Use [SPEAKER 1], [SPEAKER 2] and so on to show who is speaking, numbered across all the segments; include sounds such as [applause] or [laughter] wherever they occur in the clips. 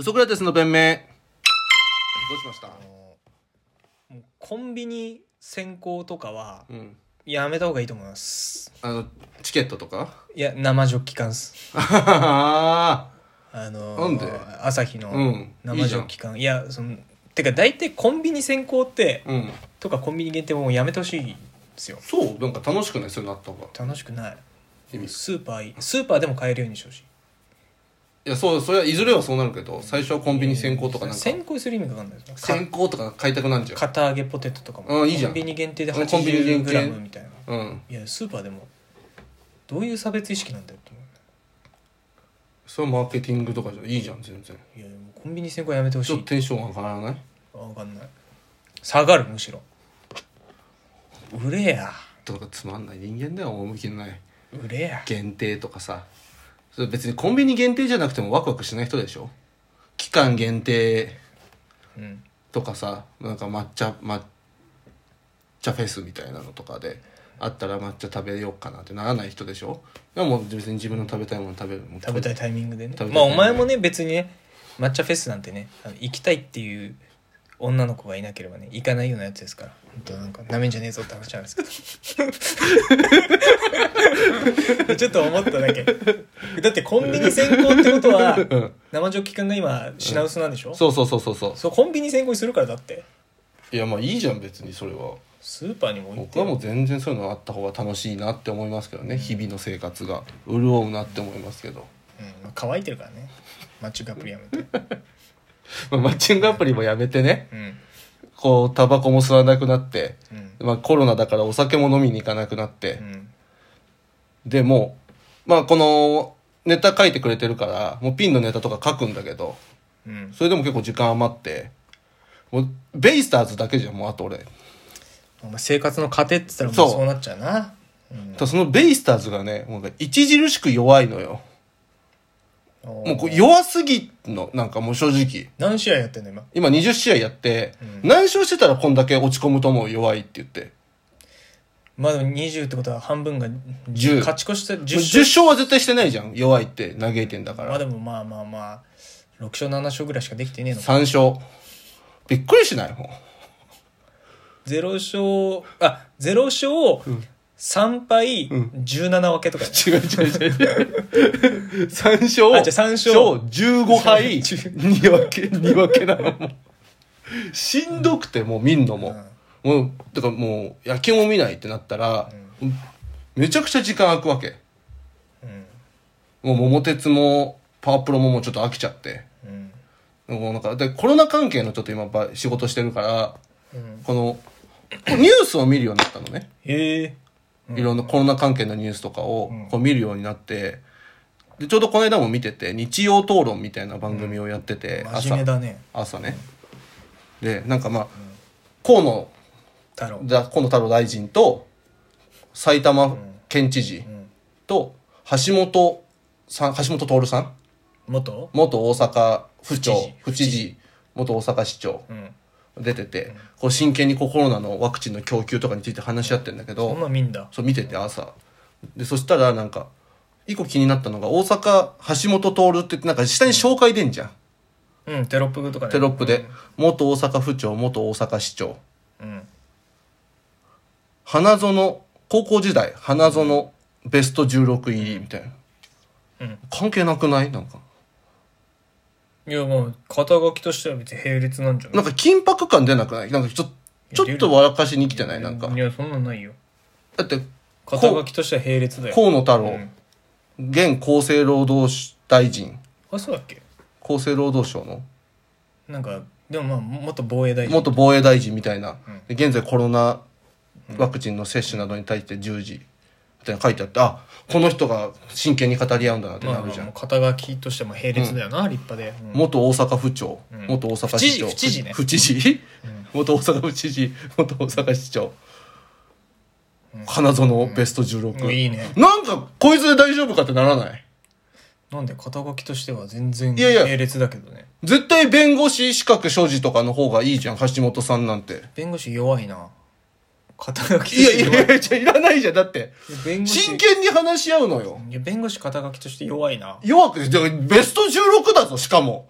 [SPEAKER 1] ソクラテスの弁明どうしました
[SPEAKER 2] もうコンビニ先行とかは
[SPEAKER 1] うん
[SPEAKER 2] やめた方がいいと思います
[SPEAKER 1] あのチケットとか
[SPEAKER 2] いや生ジョッキ缶っす
[SPEAKER 1] あ
[SPEAKER 2] あの
[SPEAKER 1] なんで
[SPEAKER 2] 朝日の
[SPEAKER 1] うん
[SPEAKER 2] 生ジョッキ缶、いやそのてか大体コンビニ先行って
[SPEAKER 1] ーうん
[SPEAKER 2] とかコンビニ限定もやめてほしいんですよ
[SPEAKER 1] そうなんか楽しくないそういうのあった方が
[SPEAKER 2] 楽しくない
[SPEAKER 1] 意味い
[SPEAKER 2] スーパーいスーパーでも買えるようにしてほしい
[SPEAKER 1] やそうそれはいずれはそうなるけど最初はコンビニ先行とかなんか
[SPEAKER 2] 先行する意味がわかんないですか
[SPEAKER 1] 先行とか買いたくなんじゃん
[SPEAKER 2] 片揚げポテトとかも
[SPEAKER 1] うんいいじゃん
[SPEAKER 2] コンビニ限定で
[SPEAKER 1] うんコンビニ限定
[SPEAKER 2] 80g みたいな
[SPEAKER 1] うん
[SPEAKER 2] いやスーパーでもどういう差別意識なんだよって思
[SPEAKER 1] それはマーケティングとかじゃいいじゃん全然
[SPEAKER 2] ういやもうコンビニ先行やめてほし
[SPEAKER 1] ちょっと
[SPEAKER 2] い
[SPEAKER 1] テンション上がらない
[SPEAKER 2] あわかんない下がるむしろ売れや
[SPEAKER 1] とかつまんない人間だよ趣のない
[SPEAKER 2] 売れや
[SPEAKER 1] 限定とかさそれ別にコンビニ限定じゃなくてもワクワクしない人でしょ期間限定
[SPEAKER 2] うん
[SPEAKER 1] とかさなんか抹茶抹茶フェスみたいなのとかであったら抹茶食べようかなってならない人でしょでももう別に自分の食べたいもの食べるもう
[SPEAKER 2] 食べたいタイミングでね
[SPEAKER 1] 食べたい
[SPEAKER 2] まあお前もね別にね抹茶フェスなんてねあの行きたいっていう女の子がいなければね行かないようなやつですから本当なんかなめんじゃねえぞって話なんです
[SPEAKER 1] [laughs]
[SPEAKER 2] けどちょっと思っただけだってコンビニ先行ってことは生ジョッキ缶が今品薄なんでしょ、
[SPEAKER 1] そうそうそうそうそう
[SPEAKER 2] そうコンビニ先行にするからだって
[SPEAKER 1] いやまあいいじゃん別にそれは
[SPEAKER 2] スーパーにも置い
[SPEAKER 1] 僕
[SPEAKER 2] て
[SPEAKER 1] はもう全然そういうのあった方が楽しいなって思いますけどね日々の生活が潤うなって思いますけど、
[SPEAKER 2] うん、乾いてるからねマッチングアプリやめて
[SPEAKER 1] まあ、マッチングアプリもやめてね
[SPEAKER 2] うん
[SPEAKER 1] こうタバコも吸わなくなって、
[SPEAKER 2] うん
[SPEAKER 1] まあ、コロナだからお酒も飲みに行かなくなって、
[SPEAKER 2] うん
[SPEAKER 1] でもうまあこのネタ書いてくれてるからもうピンのネタとか書くんだけど
[SPEAKER 2] うん
[SPEAKER 1] それでも結構時間余ってもうベイスターズだけじゃんもうあと俺、
[SPEAKER 2] お前生活の糧って言ったらもう
[SPEAKER 1] そう
[SPEAKER 2] そうなっちゃうな
[SPEAKER 1] ただそのベイスターズがねもうね著しく弱いのよ
[SPEAKER 2] も
[SPEAKER 1] もうこう弱すぎのなんかもう正直
[SPEAKER 2] 何試合やってんの今
[SPEAKER 1] 今20試合やって、何勝してたらこんだけ落ち込むと思う弱いって言って
[SPEAKER 2] まだ20ってことは半分が
[SPEAKER 1] 10
[SPEAKER 2] 10勝ち越して
[SPEAKER 1] 10
[SPEAKER 2] 10
[SPEAKER 1] 勝
[SPEAKER 2] 勝
[SPEAKER 1] は絶対してないじゃん弱いって嘆いてんだか
[SPEAKER 2] まあ
[SPEAKER 1] ら
[SPEAKER 2] でもまあまあまあ6勝7勝ぐらいしかできてねえのか
[SPEAKER 1] 3勝びっくりしないもん
[SPEAKER 2] 0勝あ0勝3敗17分けとか、
[SPEAKER 1] [laughs] 違う違う違う違う。3勝。
[SPEAKER 2] あじゃあ三勝
[SPEAKER 1] 15敗、
[SPEAKER 2] 10
[SPEAKER 1] 2分け、2分けなのもう。しんどくて、もう見んのも。もう、だからもう、野球も見ないってなったら、めちゃくちゃ時間空くわけ。
[SPEAKER 2] うん
[SPEAKER 1] もう、桃鉄も、パワープロももうちょっと飽きちゃって。
[SPEAKER 2] うん
[SPEAKER 1] もうなんか、で、コロナ関係のちょっと今、ば仕事してるから、
[SPEAKER 2] うん、
[SPEAKER 1] この、ニュースを見るようになったのね。
[SPEAKER 2] へえ
[SPEAKER 1] いろんなコロナ関係のニュースとかを
[SPEAKER 2] ん
[SPEAKER 1] こう見るようになって、でちょうどこの間も見てて、日曜討論みたいな番組をやってて、
[SPEAKER 2] 真面
[SPEAKER 1] 朝、
[SPEAKER 2] 目だね
[SPEAKER 1] 朝ね。で、なんかまあ、河野
[SPEAKER 2] 太郎、
[SPEAKER 1] だ、河野太郎大臣と、埼玉県知事
[SPEAKER 2] うん、
[SPEAKER 1] と、橋本さん、橋本徹さん、
[SPEAKER 2] 元
[SPEAKER 1] 元大阪府庁、
[SPEAKER 2] 府
[SPEAKER 1] 府
[SPEAKER 2] 知
[SPEAKER 1] 知
[SPEAKER 2] 事
[SPEAKER 1] 事、元大阪市長、
[SPEAKER 2] うん
[SPEAKER 1] 出てて、こう真剣にこうコロナのワクチンの供給とかについて話し合ってんだけど、
[SPEAKER 2] そんなん見んだ
[SPEAKER 1] そう見てて朝でそしたらなんか一個気になったのが大阪橋本徹って言ってなんか下に紹介出んじゃん、
[SPEAKER 2] うんテロップとかね
[SPEAKER 1] テロップで元大阪府庁元大阪市長
[SPEAKER 2] うん
[SPEAKER 1] 花園高校時代花園ベスト16入りみたいな、
[SPEAKER 2] うん
[SPEAKER 1] 関係なくないなんか
[SPEAKER 2] いやまあ肩書きとしては別に並列なんじゃない
[SPEAKER 1] なんか緊迫感出なくないなんかちょちょっと笑かしに来てないなんか
[SPEAKER 2] いやそんなんないよ
[SPEAKER 1] だってこう
[SPEAKER 2] 肩書きとしては並列だよ
[SPEAKER 1] 河野太郎、
[SPEAKER 2] うん
[SPEAKER 1] 現厚生労働大臣
[SPEAKER 2] あそうだっけ
[SPEAKER 1] 厚生労働省の
[SPEAKER 2] なんかでもまあ元防衛大臣
[SPEAKER 1] 元防衛大臣みたいな、で現在コロナワクチンの接種などに対して従事みたいなの書いてあってあこの人が真剣に語り合うんだなって
[SPEAKER 2] ま
[SPEAKER 1] な
[SPEAKER 2] あ
[SPEAKER 1] る
[SPEAKER 2] ま
[SPEAKER 1] じ
[SPEAKER 2] あ
[SPEAKER 1] ゃん、
[SPEAKER 2] もう肩書きとしても並列だよな、立派で、うん
[SPEAKER 1] 元大阪府庁、
[SPEAKER 2] ん
[SPEAKER 1] 元大阪市長
[SPEAKER 2] 府知事府知事
[SPEAKER 1] [laughs]
[SPEAKER 2] ね
[SPEAKER 1] 府知事元大阪府知事元大阪市長、花園ベスト16、
[SPEAKER 2] うんいいね
[SPEAKER 1] なんかこいつで大丈夫かってならない
[SPEAKER 2] なんで肩書きとしては全然
[SPEAKER 1] いやいや
[SPEAKER 2] 並列だけどね
[SPEAKER 1] 絶対弁護士資格所持とかの方がいいじゃん橋本さんなんて
[SPEAKER 2] 弁護士弱いな肩書きと
[SPEAKER 1] いや
[SPEAKER 2] して
[SPEAKER 1] い
[SPEAKER 2] 弱い
[SPEAKER 1] やいやじゃあいらないじゃんだって
[SPEAKER 2] 弁護士
[SPEAKER 1] 真剣に話し合うのよ
[SPEAKER 2] いや弁護士肩書きとして弱いな
[SPEAKER 1] 弱くて、でもベスト16だぞ、しかも。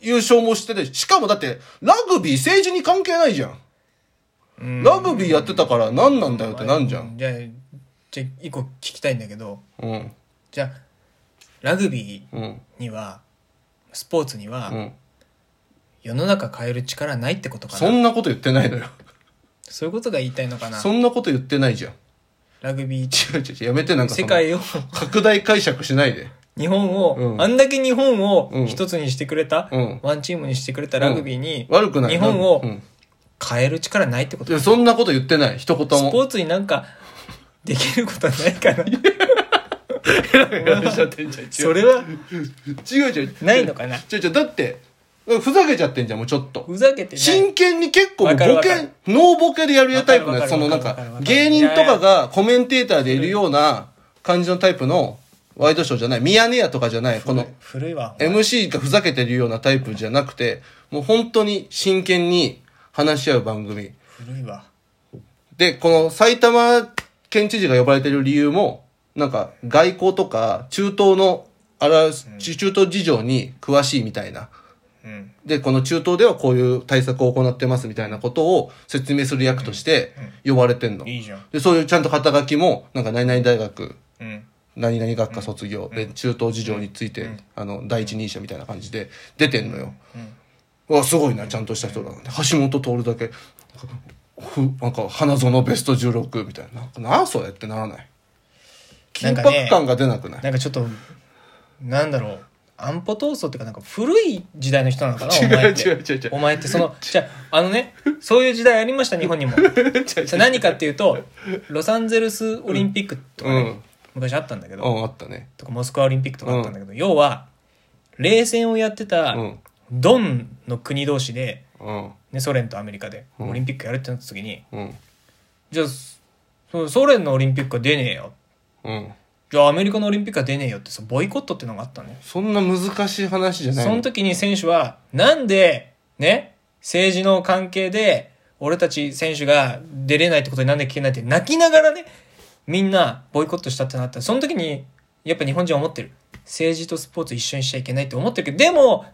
[SPEAKER 1] 優勝もしてて、しかもだって、ラグビー政治に関係ないじゃん。
[SPEAKER 2] うん
[SPEAKER 1] ラグビーやってたから何なんだよってなんじゃん。
[SPEAKER 2] じゃあじゃあ一個聞きたいんだけど
[SPEAKER 1] うん。
[SPEAKER 2] じゃあラグビ
[SPEAKER 1] うん。
[SPEAKER 2] ーにはスポーツには、
[SPEAKER 1] うん。
[SPEAKER 2] 世の中変える力ないってことかな
[SPEAKER 1] そんなこと言ってないのよ。
[SPEAKER 2] そういうことが言いたいのかな
[SPEAKER 1] そんなこと言ってないじゃん。
[SPEAKER 2] ラグビー
[SPEAKER 1] 違う違う違う。やめてなんかそ
[SPEAKER 2] 世
[SPEAKER 1] の
[SPEAKER 2] 界を
[SPEAKER 1] 拡大解釈しないで。
[SPEAKER 2] 日本を、
[SPEAKER 1] うん
[SPEAKER 2] あんだけ日本
[SPEAKER 1] う
[SPEAKER 2] を
[SPEAKER 1] ん
[SPEAKER 2] 一つにしてくれた、
[SPEAKER 1] うん
[SPEAKER 2] ワンチームにしてくれたラグビーに、
[SPEAKER 1] 悪くない。
[SPEAKER 2] 日本を
[SPEAKER 1] うん
[SPEAKER 2] 変える力ないってこ
[SPEAKER 1] い
[SPEAKER 2] と
[SPEAKER 1] や
[SPEAKER 2] か
[SPEAKER 1] そんなこと言ってない。一言
[SPEAKER 2] スポ
[SPEAKER 1] も。
[SPEAKER 2] ーツになんかできることはないかなそれは
[SPEAKER 1] [laughs] 違う違う。
[SPEAKER 2] ないのかな
[SPEAKER 1] 違う違う。だって、ふざけちゃってんじゃん、もうちょっと。
[SPEAKER 2] ふざけてない
[SPEAKER 1] 真剣に結構もう
[SPEAKER 2] わ
[SPEAKER 1] ボ
[SPEAKER 2] かるわか
[SPEAKER 1] ケ
[SPEAKER 2] る、
[SPEAKER 1] ノーボケでやるやつタイプのやつ、その
[SPEAKER 2] わ
[SPEAKER 1] な
[SPEAKER 2] か
[SPEAKER 1] ん
[SPEAKER 2] るわかる
[SPEAKER 1] か
[SPEAKER 2] わかるわか、
[SPEAKER 1] 芸
[SPEAKER 2] る
[SPEAKER 1] 人とかがコメンテーターでいるような感じのタイプのワイドショーじゃない、ミヤネ屋とかじゃない、この
[SPEAKER 2] 古いわ
[SPEAKER 1] MC がふざけてるようなタイプじゃなくて、もう本当に真剣に話し合う番組。
[SPEAKER 2] 古いわ
[SPEAKER 1] で、この埼玉県知事が呼ばれてる理由も、なんか外交とか中東のあら、中東事情に詳しいみたいな。
[SPEAKER 2] うん
[SPEAKER 1] で、この中東ではこういう対策を行ってますみたいなことを説明する役として呼ばれてんの。
[SPEAKER 2] いいじゃん
[SPEAKER 1] で、そういうちゃんと肩書きも、なんか何々大学、
[SPEAKER 2] うん
[SPEAKER 1] 何々学科卒業、で、中東事情について、あの、第一人者みたいな感じで出てんのよ。うわ、すごいな、ちゃんとした人だな。で橋本徹だけ、ふなんか、花園ベスト16みたいな。なんかなあ、それってならない。緊
[SPEAKER 2] なんかね
[SPEAKER 1] 迫感が出なくない
[SPEAKER 2] なんかちょっとなんだろう安保闘争っていうかなんか古い時代の人なのかなお
[SPEAKER 1] [laughs] 違う
[SPEAKER 2] 前って
[SPEAKER 1] 違う違う違う
[SPEAKER 2] お前っ
[SPEAKER 1] [laughs]
[SPEAKER 2] てそのじゃああのねそういう時代ありました日本にもそれ何かっていうとロサンゼルスオリンピックとかね、
[SPEAKER 1] うん
[SPEAKER 2] 昔あったんだけ
[SPEAKER 1] [laughs]
[SPEAKER 2] ど、
[SPEAKER 1] うん、あったね。
[SPEAKER 2] とかモスクワオリンピックとかあったんだけど、要は冷戦をやってた
[SPEAKER 1] うん
[SPEAKER 2] ドンの国同士で、
[SPEAKER 1] うん、
[SPEAKER 2] ね、ソ連とアメリカでオリンピックやるってなった時に、
[SPEAKER 1] うん、
[SPEAKER 2] じゃあそソ連のオリンピックは出ねえよ
[SPEAKER 1] うん。
[SPEAKER 2] じゃあアメリカのオリンピックは出ねえよってそのボイコットっていうのがあったのね
[SPEAKER 1] そんな難しい話じゃない
[SPEAKER 2] その時に選手は、なんで、ね、政治の関係で、俺たち選手が出れないってことになんで聞けないって泣きながらね、みんなボイコットしたってなった。その時に、やっぱ日本人は思ってる。政治とスポーツ一緒にしちゃいけないって思ってるけど、でも、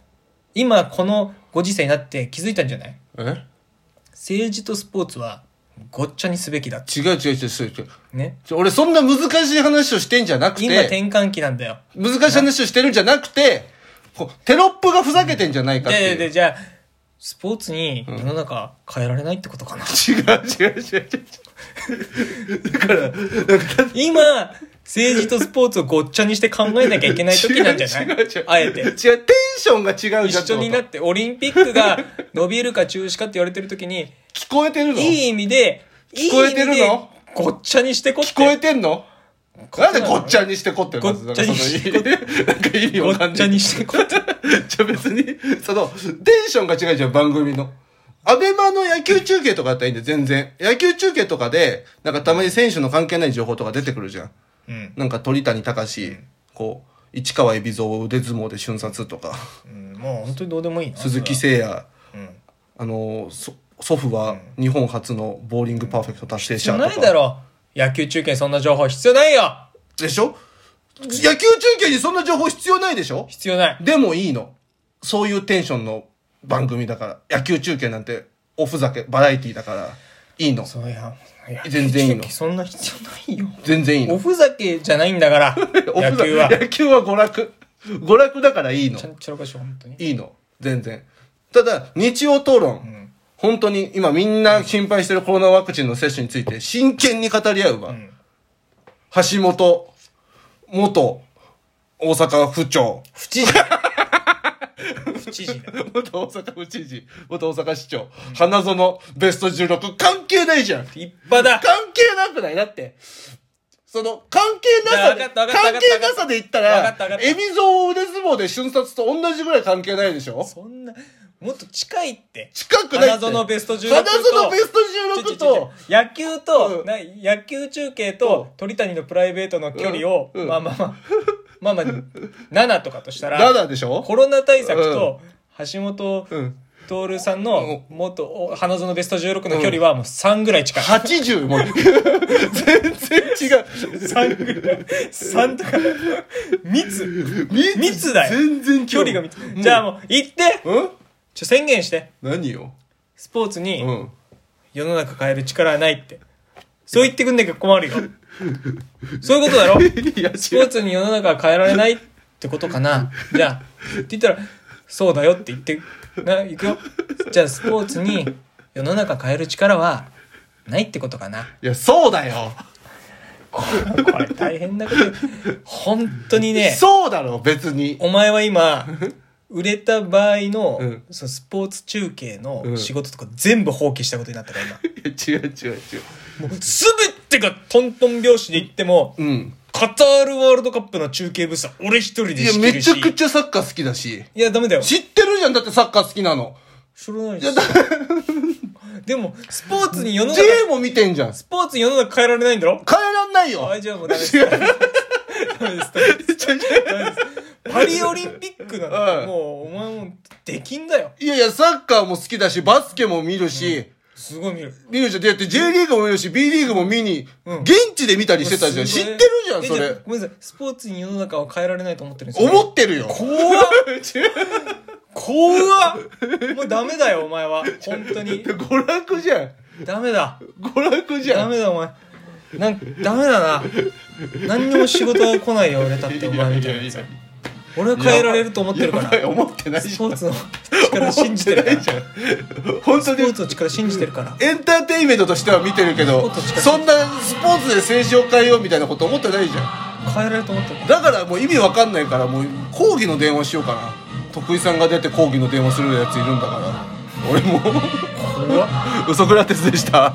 [SPEAKER 2] 今このご時世になって気づいたんじゃない
[SPEAKER 1] え
[SPEAKER 2] 政治とスポーツはごっちゃにすべきだって。
[SPEAKER 1] 違う違う違う違う違う
[SPEAKER 2] ね。
[SPEAKER 1] ちょ俺そんな難しい話をしてんじゃなく
[SPEAKER 2] 今
[SPEAKER 1] て、
[SPEAKER 2] 転換期なんだよ。
[SPEAKER 1] 難しい話をしてるんじゃなくて、こうテロップがふざけてんじゃないかっ
[SPEAKER 2] で、
[SPEAKER 1] て
[SPEAKER 2] で、
[SPEAKER 1] いう。
[SPEAKER 2] でじゃあ、スポーツに世の中変えられないってことかな。
[SPEAKER 1] 違う違う違う違う。
[SPEAKER 2] 今、政治とスポーツをごっちゃにして考えなきゃいけない時なんじゃない
[SPEAKER 1] 違う違う違う
[SPEAKER 2] あえて
[SPEAKER 1] 違う、。テンションが違うじゃん。
[SPEAKER 2] 一緒にな
[SPEAKER 1] っ
[SPEAKER 2] ってて、オリンピックが伸びるか中止かって言われてる時に、
[SPEAKER 1] こと。聞こえてるの
[SPEAKER 2] いい意味で、
[SPEAKER 1] 聞こえてるの
[SPEAKER 2] いい意味でごっちゃにしてこって。
[SPEAKER 1] 聞こえてんのなんでごっちゃにしてこってるの
[SPEAKER 2] ごっちゃにしてこ
[SPEAKER 1] なんか意味
[SPEAKER 2] ご
[SPEAKER 1] わか
[SPEAKER 2] っ
[SPEAKER 1] ん
[SPEAKER 2] ち
[SPEAKER 1] な
[SPEAKER 2] ゃ
[SPEAKER 1] い。
[SPEAKER 2] にしてこって。
[SPEAKER 1] [laughs] じゃあ別に、その、テンションが違うじゃん、番組の。アベマの野球中継とかだったらいいんで、全然。野球中継とかで、なんかたまに選手の関係ない情報とか出てくるじゃん。
[SPEAKER 2] うん。
[SPEAKER 1] なんか鳥谷隆、こう、市川海老蔵を腕相撲で瞬殺とか、
[SPEAKER 2] もう本当にどうでもいいな。
[SPEAKER 1] 鈴木誠也、
[SPEAKER 2] うん。
[SPEAKER 1] あの、そ祖父は日本初のボーリングパーフェクト達成
[SPEAKER 2] 必
[SPEAKER 1] 者
[SPEAKER 2] 要
[SPEAKER 1] とか。
[SPEAKER 2] ないだろ。野球中継にそんな情報必要ないよ
[SPEAKER 1] でしょ野球中継にそんな情報必要ないでしょ
[SPEAKER 2] 必要ない。
[SPEAKER 1] でもいいの。そういうテンションの番組だから。野球中継なんて、おふざけ、バラエティだから、いいの。
[SPEAKER 2] そういや。野球
[SPEAKER 1] 全然いいの
[SPEAKER 2] 中継そんな必要ないよ。
[SPEAKER 1] 全然いい
[SPEAKER 2] お
[SPEAKER 1] の。
[SPEAKER 2] ふざけじゃないんだから。
[SPEAKER 1] [laughs] おふ
[SPEAKER 2] 野
[SPEAKER 1] ざ
[SPEAKER 2] 球
[SPEAKER 1] [laughs]
[SPEAKER 2] は。
[SPEAKER 1] 野球は娯楽。娯楽だからいいの
[SPEAKER 2] ちゃ。んちゃらかしよ、本当に。
[SPEAKER 1] いいの。全然。ただ、日曜討論。本当に今みんな心配してるコロナワクチンの接種について真剣に語り合うわ。
[SPEAKER 2] ん
[SPEAKER 1] 橋本、元、大阪府庁。
[SPEAKER 2] 不知事不知事だ
[SPEAKER 1] [laughs] 元大阪府知事、元大阪市長、花園ベスト16、関係ないじゃん。関
[SPEAKER 2] 立派だ
[SPEAKER 1] 係なくないだって、その、関係ないさ
[SPEAKER 2] やわか
[SPEAKER 1] で、
[SPEAKER 2] っ
[SPEAKER 1] 関
[SPEAKER 2] たわかったわかった
[SPEAKER 1] 係なさで言った
[SPEAKER 2] わかっ
[SPEAKER 1] ら
[SPEAKER 2] たわかっ、た
[SPEAKER 1] エビゾウ腕相撲で瞬殺と同じぐらい関係ないでしょ
[SPEAKER 2] そんなもっと近いって
[SPEAKER 1] 近くないって
[SPEAKER 2] 花園ベスト16と
[SPEAKER 1] 花園ベスト16
[SPEAKER 2] ちょちょ
[SPEAKER 1] と、
[SPEAKER 2] ちょ野球と、
[SPEAKER 1] うん
[SPEAKER 2] な野球中継と鳥谷のプライベートの距離を、
[SPEAKER 1] うんうん
[SPEAKER 2] まあまあまあまあまあ7とかとしたら
[SPEAKER 1] 7でしょ
[SPEAKER 2] コロナ対策と橋本
[SPEAKER 1] うん。
[SPEAKER 2] 徹さんの元お花園ベスト16の距離はもう3ぐらい近い。
[SPEAKER 1] 80も全然違う
[SPEAKER 2] 3ぐらい。3とか。密密だよ
[SPEAKER 1] 全然違う
[SPEAKER 2] 距離が密。じゃあもう行って
[SPEAKER 1] うん
[SPEAKER 2] ちょ、宣言して。
[SPEAKER 1] 何よ
[SPEAKER 2] スポーツに
[SPEAKER 1] うん
[SPEAKER 2] 世の中変える力はないって。そう言ってくんなきゃ困るよ。そういうことだ
[SPEAKER 1] [laughs]
[SPEAKER 2] ろ
[SPEAKER 1] いや
[SPEAKER 2] スポーツに世の中は変えられないってことかな。じゃあ、って言ったら、そうだよって言って、な、行くよ。じゃあ、スポーツに世の中変える力はないってことかな。
[SPEAKER 1] いやそうだよ
[SPEAKER 2] これこれ大変だけど、本当にね、
[SPEAKER 1] そうだろ別
[SPEAKER 2] [laughs]
[SPEAKER 1] に
[SPEAKER 2] お前は今、売れた場合の、
[SPEAKER 1] うん
[SPEAKER 2] そのスポーツ中継
[SPEAKER 1] う
[SPEAKER 2] の
[SPEAKER 1] ん
[SPEAKER 2] 仕事とか全部放棄したことになったから今。
[SPEAKER 1] いや違う違う違う
[SPEAKER 2] もう全てがトントン拍子で言っても、
[SPEAKER 1] うん
[SPEAKER 2] カタールワールドカップの中継ブースは俺一人で
[SPEAKER 1] いや
[SPEAKER 2] 仕切
[SPEAKER 1] め
[SPEAKER 2] る
[SPEAKER 1] ち
[SPEAKER 2] し。
[SPEAKER 1] ゃくちゃサッカー好きだし
[SPEAKER 2] いや、ダメだよ。
[SPEAKER 1] 知ってるじゃんだってサッカー好きなの
[SPEAKER 2] 知らないです。でも、スポーツに世の中、
[SPEAKER 1] J も見てんじゃん
[SPEAKER 2] スポーツに世の中変えられないんだろ
[SPEAKER 1] 変えらんないよ
[SPEAKER 2] あ、じゃあもうダメです。ダメです、ダメです。ダメですパリオリンピッ
[SPEAKER 1] [laughs]
[SPEAKER 2] クな
[SPEAKER 1] う
[SPEAKER 2] の、
[SPEAKER 1] ん
[SPEAKER 2] もう、お前もうできんだよ。
[SPEAKER 1] [laughs] いやいやサッカーも好きだしバスケも見るし、
[SPEAKER 2] すごい見る。
[SPEAKER 1] 見るじゃん。だって J リーグも見るし、B リーグも見に、
[SPEAKER 2] うん
[SPEAKER 1] 現地で見たりしてたじゃん。
[SPEAKER 2] す
[SPEAKER 1] 知っ
[SPEAKER 2] ご
[SPEAKER 1] て
[SPEAKER 2] い
[SPEAKER 1] るじゃん、
[SPEAKER 2] え
[SPEAKER 1] そ
[SPEAKER 2] じ
[SPEAKER 1] れ
[SPEAKER 2] あ。ごめんなさい、スポーツに世の中は変えられないと思ってるんですよね
[SPEAKER 1] 思ってるよ。 [laughs]
[SPEAKER 2] 怖っ怖っもうダメだよ、お前は。本当に。
[SPEAKER 1] 娯楽じゃん。
[SPEAKER 2] ダメだ。
[SPEAKER 1] 娯楽じゃ
[SPEAKER 2] ダ
[SPEAKER 1] ん。
[SPEAKER 2] メだお前なんかダメだな何にも仕事が来ないよ俺だってお前みたいなやつ
[SPEAKER 1] や
[SPEAKER 2] 俺は変えられると思ってるから
[SPEAKER 1] やばい思ってない
[SPEAKER 2] ス
[SPEAKER 1] じ
[SPEAKER 2] ポ
[SPEAKER 1] ゃん。 [laughs]
[SPEAKER 2] ーツの力信じてるか
[SPEAKER 1] 思
[SPEAKER 2] ら
[SPEAKER 1] っ
[SPEAKER 2] ス
[SPEAKER 1] てないじゃん。本当
[SPEAKER 2] ポー
[SPEAKER 1] に。
[SPEAKER 2] ツの力信じてるから
[SPEAKER 1] エンターテインメントとしては見てるけど、そんなスポーツで政治を変えようみたいなこと思ってないじゃん。
[SPEAKER 2] 変えられると思ってる
[SPEAKER 1] だからもう意味わかんないから、もう抗議の電話しようかな。徳井さんが出て抗議の電話するやついるんだから。俺も、 [laughs]
[SPEAKER 2] 怖っ
[SPEAKER 1] ウソクラテスでした。